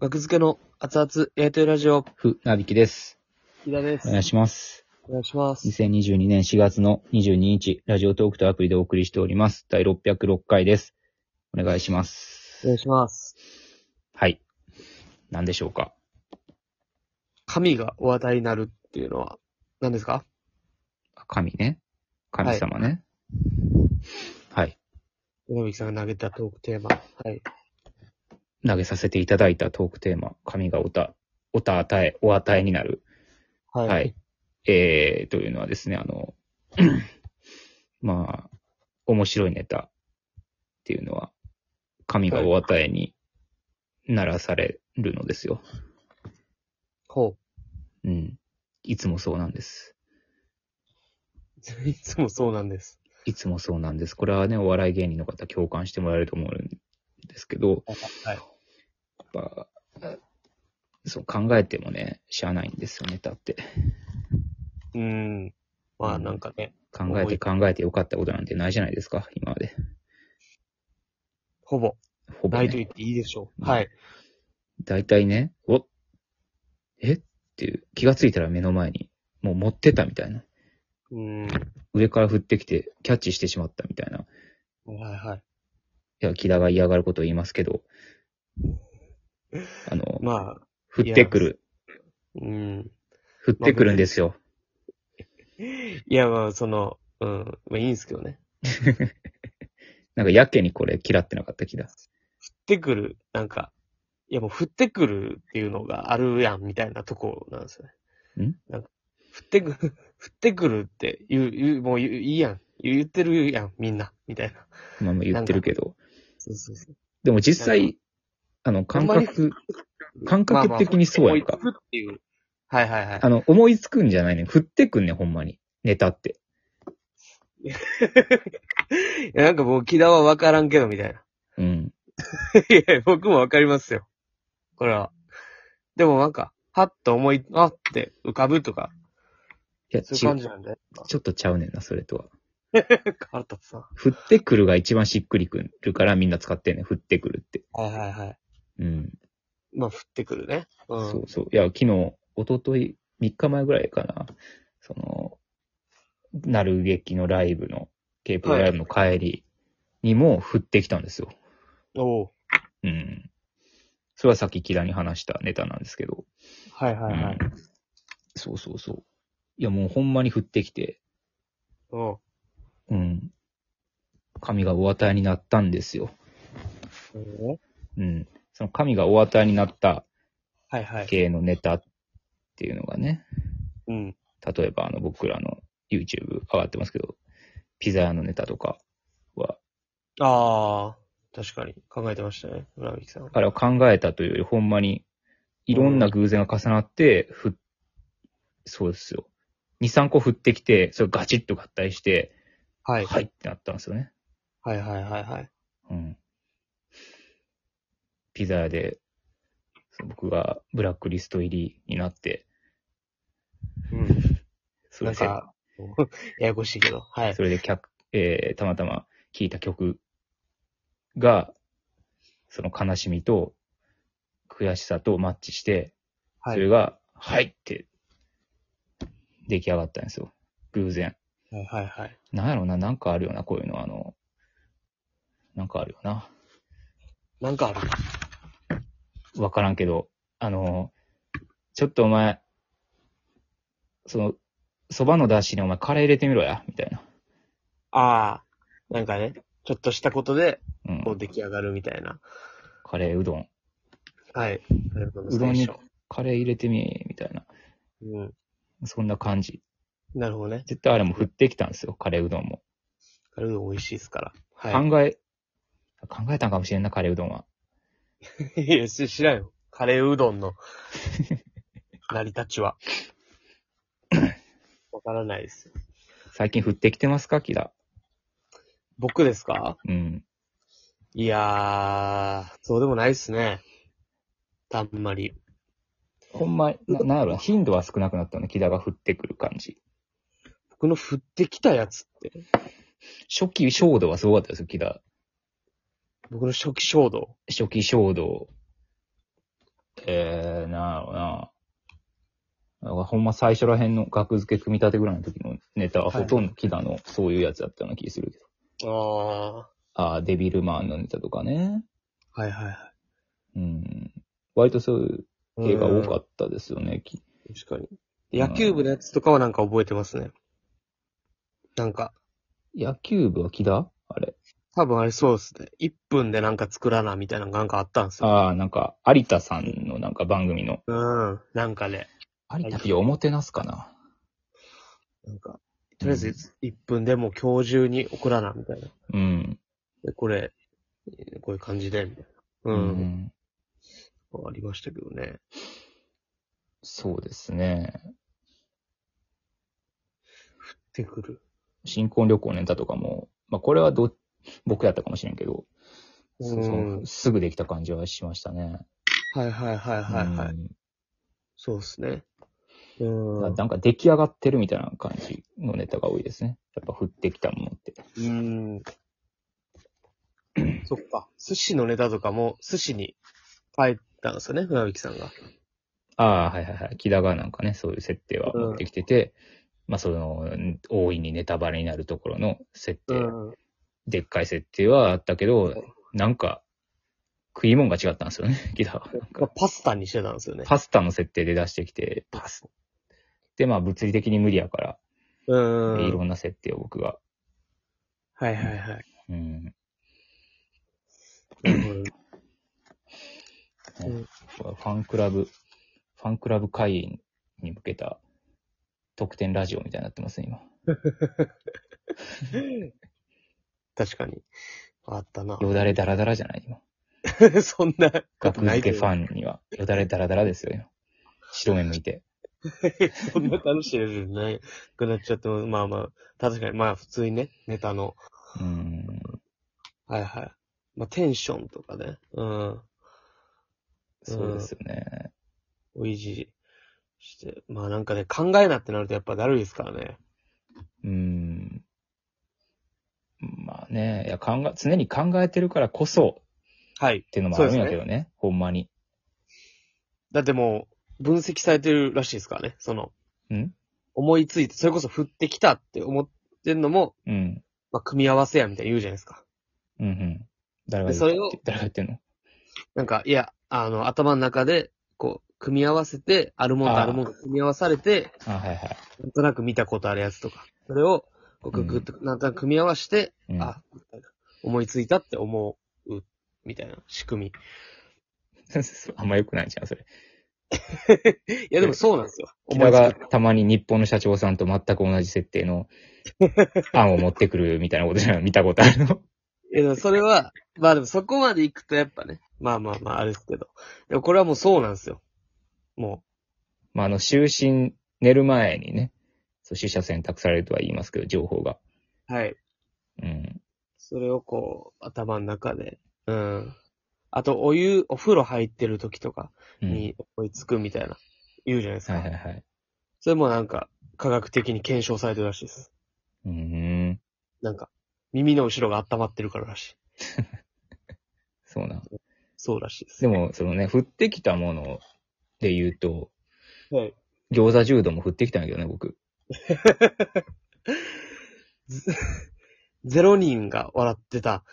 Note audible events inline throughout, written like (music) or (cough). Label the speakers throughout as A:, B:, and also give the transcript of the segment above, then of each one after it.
A: 学付けの熱々エアトリラジオ、
B: ふ、なびきです。
A: 木田です
B: お。願いします。
A: お願いします。
B: 2022年4月の22日、ラジオトークとアプリでお送りしております。第606回です。お願いしま
A: お
B: す。
A: 願いします。
B: はい。何でしょうか
A: 神がお与えになるっていうのは何ですか
B: 神ね。神様ね。はい。
A: 山引さんが投げたトークテーマ。はい。
B: 投げさせていただいたトークテーマ、神がおた、おた与え、お与えになる。
A: は
B: はい。。えー、というのはですね、あの、 (clears throat) まあ、面白いネタっていうのは、神がお与えにならされるのですよ。
A: ほ
B: うん。いつもそうなんです。
A: う。い (laughs) つもそうなんです。
B: いつもそうなんです。これはね、お笑い芸人の方共感してもらえると思うんですけど、
A: はい。
B: やっぱ、そう考えてもね、しゃあないんですよ、ネタって。
A: うーん。まあなんかね、
B: 考えて考えてよかったことなんてないじゃないですか、今まで。
A: ほぼ、
B: ほぼ、
A: ないと言
B: ね。
A: っていいでしょう。
B: うん
A: はい。
B: 大体ね、おえっていう、気がついたら目の前に、もう持ってたみたいな。
A: うーん。
B: 上から降ってきて、キャッチしてしまったみたいな。い
A: はいはい。
B: や、木田が嫌がることを言いますけど、あの、
A: まあ、
B: 降ってくる。
A: うーん。
B: 降ってくるんですよ。
A: いやまあその、うん。まあいいんですけどね。
B: なんかやけにこれ嫌ってなかった気だ。
A: 降ってくる、なんか、いやもう降ってくるっていうのがあるやんみたいなとこなんですよね。
B: ん
A: なんか、降ってくる、 (laughs) 降ってくるって言う、言う、もう言ういいやん。言う言ってるやん、みんな、みたいな。
B: まあまあ言ってるけど。
A: そうそうそう。
B: でも実
A: な
B: 際、あの、感覚、感覚的にそうやんか
A: まあまあ降ってくるっていう。はいはいはい
B: あ。の、思いつくんじゃないね。降ってくんね、ほんまに。ネタって。
A: いやなんかもう木田はわからんけど、みたいな。 (laughs)
B: うん。
A: いや、僕もわかりますよ。これは。でもなんか、はっと思い、あって浮かぶとか、
B: いや、
A: そういう感
B: 違
A: じ
B: う。
A: なんで。
B: ちょっとちゃうねんな、それとは。
A: カルタさん。
B: 降ってくるが一番しっくりくるからみんな使ってんねん。降ってくるって。
A: はいはいはい。
B: うん。
A: まあ降ってくるね。うん。
B: そうそう。いや、昨日、一昨日3日前ぐらいかな。その、なる劇のライブの、ケープライブの帰りにも降ってきたんですよ。
A: おう
B: うん。それはさっきキラに話したネタなんですけど。
A: はいはいはい。
B: うんそうそうそう。いや、もうほんまに降ってきて、
A: おう
B: うん。神がお与えになったんですよ。うん。その神がお与えになった
A: はいはい。
B: 系のネタっていうのがね、
A: うん。
B: 例えばあの僕らの YouTube 上がってますけど、ピザ屋のネタとかは、
A: ああ、確かに考えてましたね、村引さん。
B: あれは考えたというよりほんまにいろんな偶然が重なって、ふそうですよ。2、3個振ってきて、それガチッと合体して、
A: は。
B: はいい、
A: はい
B: ってなったんですよね。
A: はいはいはい。
B: うん。ピザ屋で、そう僕がブラックリスト入りになって、
A: うん。
B: そ
A: な
B: れ
A: ん
B: で、
A: か、 (laughs) ややこしいけど。はい。
B: それで客、えーたまたま聴いた曲が、その悲しみと悔しさとマッチして、
A: は
B: そ
A: い。
B: れが、はいって、出来上がったんですよ。偶然。
A: はいはいはい。
B: なんやろうな、なんかあるよな、こういうの、あの、なんかあるよな。
A: なんかある。
B: わからんけど、あの、ちょっとお前、その、蕎麦の出汁にお前カレー入れてみろや、みたいな。
A: ああ、なんかね、ちょっとしたことで、
B: う。
A: こうん出来上がるみたいな。
B: カレーうどん。
A: はい。なるほど、
B: うどん
A: 最
B: に
A: 初。
B: カレー入れてみ、みたいな。
A: うん。
B: そんな感じ。
A: なるほどね。
B: 絶対あれも降ってきたんですよ、カレーうどんも。
A: カレーうどん美味しいですから。は
B: 考え、考えたんかもしれんな、カレーうどんは。
A: い。 (laughs) いや、し知らんよ。カレーうどん (laughs) の、成り立ち (laughs) は。わからないです。
B: 最近降ってきてますか、キラ。
A: 僕ですか
B: うん。
A: いやー、そうでもないっすね。あんまり。
B: ほんま、ななんやろな、頻度は少なくなったね、キラが降ってくる感じ。
A: 僕の降ってきたやつって、
B: 初期衝動はすごかったですよ、キラ。
A: 僕の初期衝動。
B: 初期衝動。えー、なんやろうな。だからほんま最初ら辺の額付け組み立てぐらいの時のネタは
A: はい
B: ほとんど木田のそういうやつだったような気するけど。
A: あ
B: ああ、デビルマンのネタとかね。
A: あ。はいはいはい。
B: うん。割とそういう系が多かったですよね。き
A: うん確かに。野球部のやつとかはなんか覚えてますね。なんか、
B: 野球部は木田あれ。
A: 多分あれそうですね。1分でなんか作らなみたいなのがなんかあったんですよ。
B: ああ、なんか、有田さんのなんか番組の、
A: うん。なんかね、
B: 有田ピおもてなすかな。
A: なんか、とりあえず1分でもう今日中に送らなみたいな。
B: うん。
A: で、これ、こういう感じで、みたいな。
B: う
A: うん。
B: ん。
A: ありましたけどね。
B: そうですね。
A: 出てくる。
B: 新婚旅行のネタとかも、まあこれはど、僕やったかもしれんけど、そうそう
A: うん
B: すぐできた感じはしましたね。
A: はいはいはいはいはい。
B: うん
A: そうですね。う
B: な。
A: ん。
B: なんか出来上がってるみたいな感じのネタが多いですね。やっぱ降ってきたものって。
A: うん。そっか。寿司のネタとかも、寿司に書いたんですよね、船引さんが。
B: ああ、はいはいはい。木田がなんかね、そういう設定は
A: うん
B: 持ってきてて、まあその、大いにネタバレになるところの設定、
A: うん。
B: でっかい設定はあったけど
A: そう、
B: なんか、食い物が違ったんですよね、 (laughs) 木田は。なんか
A: パスタにしてたんですよね。
B: パスタの設定で出してきて、
A: パス
B: で、まあ物理的に無理やから、
A: タ。うん。
B: いろんな設定を僕が。
A: はいはいはい。
B: うん。
A: うん
B: ねファンクラブ、ファンクラブ会員に向けた特典ラジオみたいになってますね、今。
A: 確かに。あったな。
B: よだれダラダラじゃない、今。
A: (laughs) そんなこと
B: 学
A: ない
B: 付け
A: けど
B: ファンには、よだれダラダラですよ、今。白目向いて。
A: そんな楽しいレベルじゃないくなっちゃっても、まあまあ、確かに、まあ普通にね、ネタの。
B: うん。
A: はいはい。まあテンションとかね。うん。
B: そうですよね。
A: を維持して。まあなんかね、考えなってなるとやっぱだるいですからね。
B: うん。まあね、いや、考え、常に考えてるからこそ
A: はい
B: っ。ていうのもあるん
A: そう
B: や
A: ですね
B: けどね、ほんまに。
A: だってもう、分析されてるらしいですからね。その、
B: うん
A: 思いついて、それこそ振ってきたって思ってんのも、
B: うん。
A: まあ組み合わせやみたいに言うじゃないですか。
B: うんうん。誰が
A: でそれ
B: 言
A: を
B: って、誰が言ってんの
A: なんか、いや、あの、頭の中で、こう、組み合わせて、あるもんと
B: あー
A: あるもんが組み合わされて、
B: あ、はいはい。
A: なんとなく見たことあるやつとか、それを、こう、
B: うん
A: グッと、なんとなく組み合わせて、
B: うん
A: あ、思いついたって思う、みたいな仕組
B: (laughs) あんま良くないじゃん、それ。
A: み。いや、でもそうなんですよ。
B: 木
A: 思い
B: 田
A: つ
B: が
A: く。
B: たまに日本の社長さんと全く同じ設
A: (laughs)
B: 定の案を持ってくるみたいなことじゃない見たことあるの。 (laughs)
A: いや、でもそれは、まあでもそこまで行くとやっぱね、まあまあまあ、あれですけど。でもこれはもうそうなんですよ。も
B: まあ、あの、就寝、寝る前にね、そう、死者選択されるとは言いますけど、情報が。
A: う、はい。
B: うん。
A: それをこう、頭の中で、うん。あと、お湯、お風呂入ってる時とか、
B: うん、
A: に追いつくみたいな、言うじゃないですか。
B: はいはいはい。
A: それもなんか、科学的に検証されてるらしいです。
B: うーん。
A: なんか、耳の後ろが温まってるかららしい。
B: そうなん。
A: そうらしいです。
B: でも、そのね、降ってきたもので言うと、
A: はい。
B: 餃子柔道も降ってきたんだけどね、僕。
A: ゼロ人が笑ってた。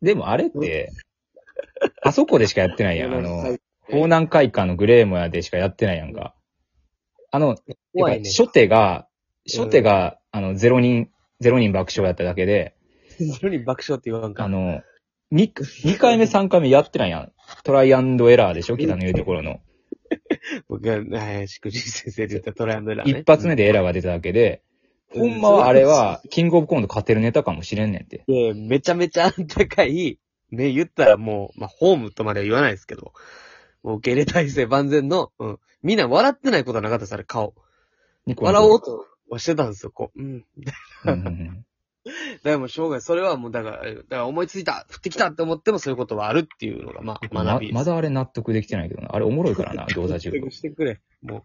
B: でもあれって、あそこでしかやってな
A: (laughs)
B: いやん。あ
A: は
B: の
A: い、
B: 港南会館のグレーモヤでしかやってないやんか。あの、
A: 怖
B: や
A: い
B: っぱ
A: ね。
B: 初手が、初手が、あの、ゼロ人、ゼロ人爆笑やっただけで、
A: (laughs) ゼロ人爆笑って言わん
B: あ
A: か。
B: の、二、二回目、三回目やってないやん。トライアンドエラーでしょ北の言うところの。
A: 僕が、はい、しくじ先生で言ったトライアンドエラー、ね。
B: 一発目でエラーが出ただけで、ほんまはあれは、キングオブコント勝てるネタかもしれんねんって。
A: で、めちゃめちゃあったかい、ね、言ったらもう、まあ、ホームとまでは言わないですけど、もう受け入れ体制万全の、うん。みんな笑ってないことはなかったです、あれ、顔。
B: ニコニコ
A: 笑おうとはしてたんですよ、こう。うん。
B: うんうんうん
A: だからもう生涯、それはもう、だから、えだから思いついた、降ってきたって思ってもそういうことはあるっていうのが、まあ、
B: ま
A: 学びです。
B: まだあれ納得できてないけどな。あれおもろいからな、餃子中
A: (laughs) 納得してくれ。もう。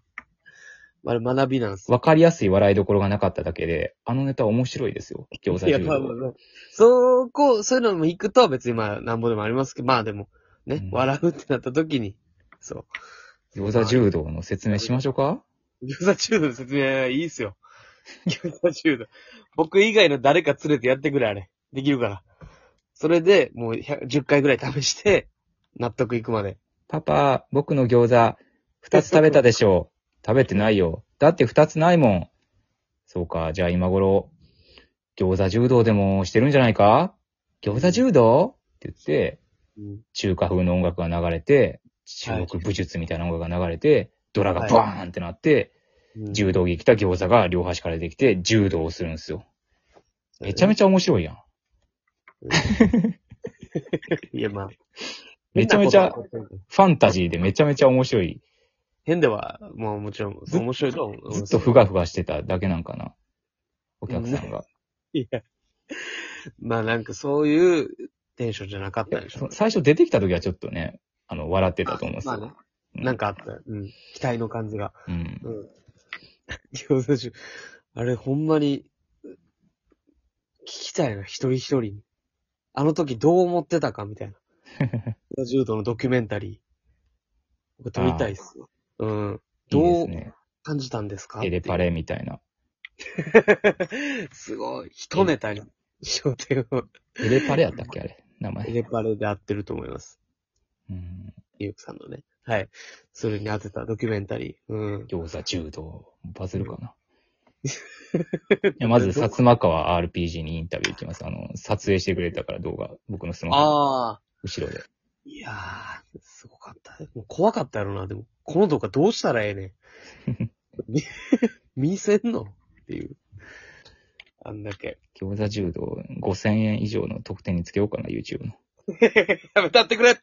A: あれ、学びなんです。
B: わかりやすい笑いどころがなかっただけで、あのネタ面白いですよ。餃子
A: いや、
B: 柔
A: まあまあ
B: 道。
A: まあ。そこ、そういうのも行くと別にまあ、なんぼでもありますけど、まあでも、ね、
B: うん
A: 笑うってなった時に、そ
B: 餃子柔道の説明しましょうか
A: う。餃子中毒の説明いいっすよ。 (laughs) 餃子中毒。僕以外の誰か連れてやってくれ、あれ。できるから。それで、もう100 10回ぐらい試して、 (laughs) 納得いくまで。
B: パパ、僕の餃子、二つ食べたでしょう。食べてないよ。だって二つないもん。そうか、じゃあ今頃、餃子柔道でもしてるんじゃないか餃子柔道って言って、
A: うん。
B: 中華風の音楽が流れて、中国武術みたいな音楽が流れて、ドラがバーンってなって、柔道着着た餃子が両端からできて、柔道をするんですよ。めちゃめ
A: ち
B: ちゃ面白いやん。
A: ゃ。いや、まあ。
B: めちゃめち
A: 変
B: ゃ
A: なことは起こってる
B: ファンタジーでめちゃめちゃ面白い。
A: 変では、まあもちろん、
B: ず
A: 面白いとは思います
B: ずっとふがふがしてただけなんかな。お客さんが。
A: いや。 (laughs) まあなんかそういうテンションじゃなかったでし
B: そ
A: ょ
B: の。最初出てきた時はちょっとね、あの、笑ってたと思うんです
A: まあ
B: よ。
A: ね。
B: うん
A: なんかあったよ。うん。期待の感じが。 (laughs)
B: うん。
A: うん。餃子中、あれほんまに、聞きたいな、一人一人に。あの時どう思ってたかみた
B: (laughs)
A: いな。餃子柔道のドキュメンタリー。僕撮りたいっすよ。うん。
B: いいで
A: どう
B: すね。
A: 感じたんですか
B: エレパレみたいな。
A: (laughs) すごい。一ネタに、焦点を。
B: エレパレやったっけあれ。名
A: エ
B: 前。
A: レパレで合ってると思います。
B: うん。
A: ゆうくさんのね。はい。それに当てたドキュメンタリー。うん。
B: 餃子、柔道、バズ
A: (laughs)
B: るかな。いやまず、薩摩川 RPG にインタビュー行きます。あの、撮影してくれたから動画、僕のスマホの
A: ああ。
B: 後ろで。
A: いやー、すごかった。もう怖かったやろな。でも、この動画どうしたらええね (laughs) ん。み見せんのっていう。あんだけ。
B: 餃子柔道5000円以上の得点につけようかな、YouTube の。
A: やめたってくれ